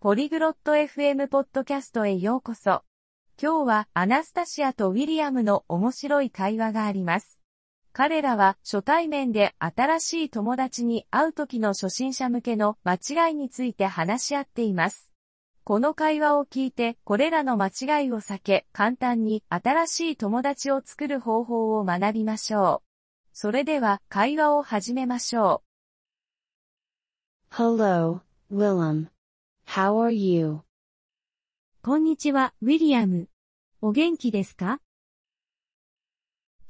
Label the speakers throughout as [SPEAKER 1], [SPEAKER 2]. [SPEAKER 1] ポリグロット FM ポッドキャストへようこそ。今日はアナスタシアとウィリアムの面白い会話があります。彼らは初対面で新しい友達に会う時の初心者向けの間違いについて話し合っています。この会話を聞いてこれらの間違いを避け簡単に新しい友達を作る方法を学びましょう。それでは会話を始めましょう。
[SPEAKER 2] Hello, Willem. How are you?
[SPEAKER 1] こんにちは、ウィリアム。お元気ですか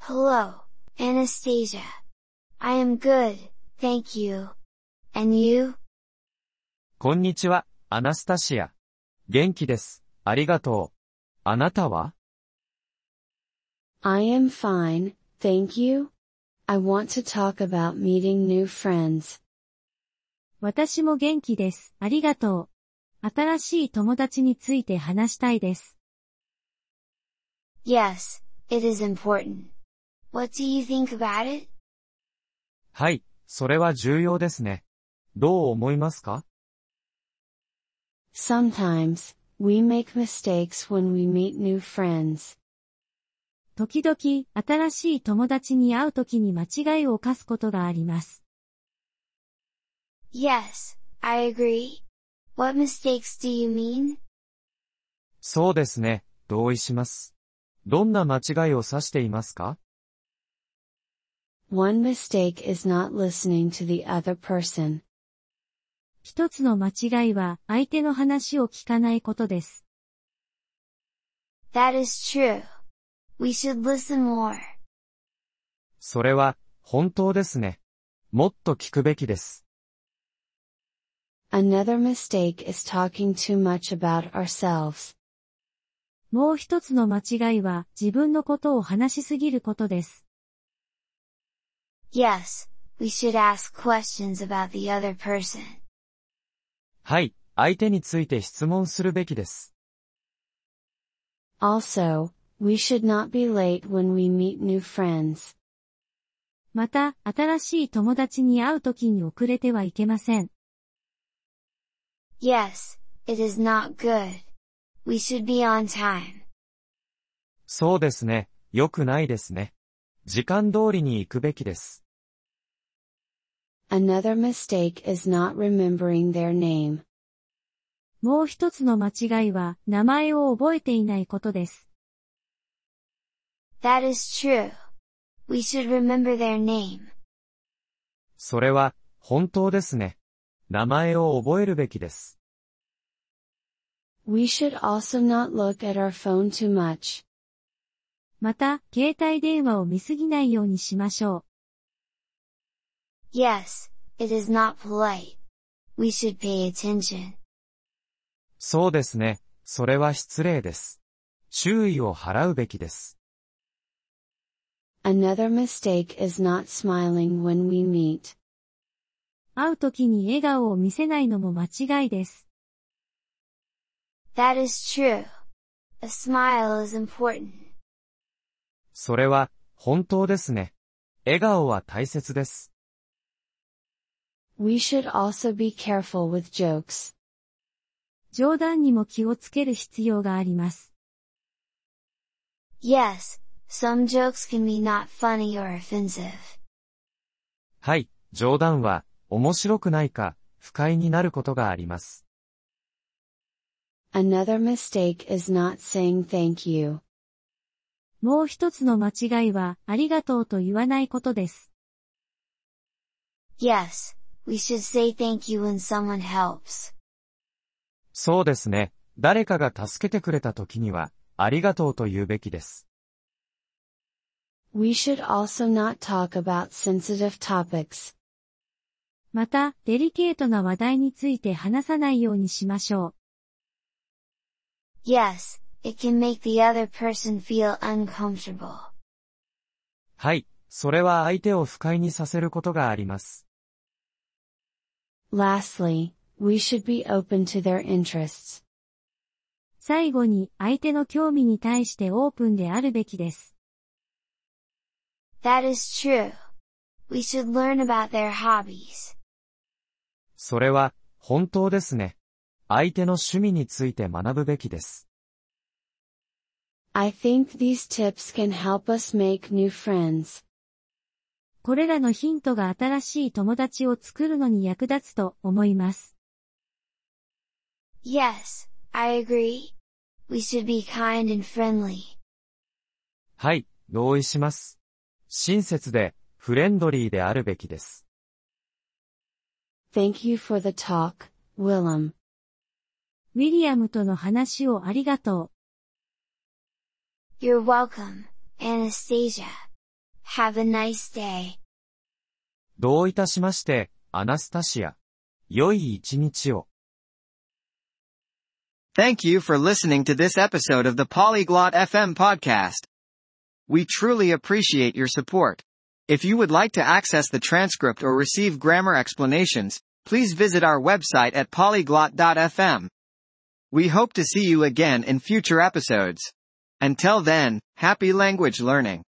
[SPEAKER 3] Hello, Anastasia. I am good, thank you. And you?
[SPEAKER 4] こんにちは、アナスタシア。元気です。ありがとう。あなたは
[SPEAKER 2] I am fine, thank you. I want to talk about meeting new friends.
[SPEAKER 5] 私も元気です。ありがとう。新しい友達について話したいです。
[SPEAKER 3] Yes, it is important. What do you think about it?
[SPEAKER 4] はい、それは重要ですね。どう思いますか
[SPEAKER 2] Sometimes, we make mistakes when we meet new friends.
[SPEAKER 5] 時々、新しい友達に会う時に間違いを犯すことがあります。
[SPEAKER 3] Yes, I agree. What mistakes do you mean?
[SPEAKER 4] そうですね、同意します。どんな間違いを指していますか
[SPEAKER 2] One mistake is not listening to the other person.
[SPEAKER 5] 一つの間違いは、相手の話を聞かないことです。
[SPEAKER 3] That is true. We should listen more.
[SPEAKER 4] それは、本当ですね。もっと聞くべきです。
[SPEAKER 2] Another mistake is talking too much about ourselves.
[SPEAKER 5] もう一つの間違いは、自分のことを話しすぎることです。
[SPEAKER 3] Yes, we should ask questions about the other person.
[SPEAKER 4] はい、相手について質問するべきです。
[SPEAKER 2] Also, we should not be late when we meet new friends.
[SPEAKER 5] また、新しい友達に会う時に遅れてはいけません。
[SPEAKER 3] Yes, it is not good. We should be on time.
[SPEAKER 4] そうですね、良くないですね。時間通りに行くべきです。
[SPEAKER 2] Another mistake is not remembering their name.
[SPEAKER 5] もう一つの間違いは、名前を覚えていないことです。
[SPEAKER 3] That is true. We should remember their name.
[SPEAKER 4] それは、本当ですね。名前を覚えるべきです。
[SPEAKER 2] We should also not look at our phone too much.
[SPEAKER 5] また、携帯電話を見すぎないようにしましょう。
[SPEAKER 3] Yes, it is not polite. We should pay attention.
[SPEAKER 4] そうですね。それは失礼です。注意を払うべきです。
[SPEAKER 2] Another mistake is not smiling when we meet.
[SPEAKER 5] 会う時に笑顔を見せないのも間違いです。
[SPEAKER 3] That is true. A smile is important.
[SPEAKER 4] それは、本当ですね。笑顔は大切です。
[SPEAKER 2] We should also be careful with jokes.
[SPEAKER 5] 冗談にも気をつける必要があります。
[SPEAKER 3] Yes, some jokes can be not funny or offensive.
[SPEAKER 4] はい、冗談は、面白くないか、不快になることがあります。
[SPEAKER 2] Another mistake is not saying thank you.
[SPEAKER 5] もう一つの間違いは、ありがとうと言わないことです。
[SPEAKER 3] Yes, we should say thank you when someone helps.
[SPEAKER 4] そうですね。誰かが助けてくれた時には、ありがとうと言うべきです。
[SPEAKER 2] We should also not talk about sensitive topics.
[SPEAKER 5] また、デリケートな話題について話さないようにしましょう。
[SPEAKER 3] Yes, it can make the other person feel uncomfortable.
[SPEAKER 4] はい、それは相手を不快にさせることがあります。
[SPEAKER 2] Lastly, we should be open to their interests.
[SPEAKER 5] 最後に、相手の興味に対してオープンであるべきです。
[SPEAKER 3] That is true. We should learn about their hobbies.
[SPEAKER 4] それは、本当ですね。相手の趣味について学ぶべきです。
[SPEAKER 2] I think these tips can help us make new friends.
[SPEAKER 5] これらのヒントが新しい友達を作るのに役立つと思います。
[SPEAKER 3] Yes, I agree. We should be kind and friendly.
[SPEAKER 4] はい、同意します。親切で、フレンドリーであるべきです。
[SPEAKER 2] Thank you for the talk, Willem.
[SPEAKER 5] ウィリアムとの話をありがとう。
[SPEAKER 3] You're welcome, Anastasia. Have a nice day.
[SPEAKER 4] どういたしまして、アナスタシア。良い一日を。
[SPEAKER 6] Thank you for listening to this episode of the Polyglot FM podcast. We truly appreciate your support. If you would like to access the transcript or receive grammar explanations, please visit our website at polyglot.fm. We hope to see you again in future episodes. Until then, happy language learning.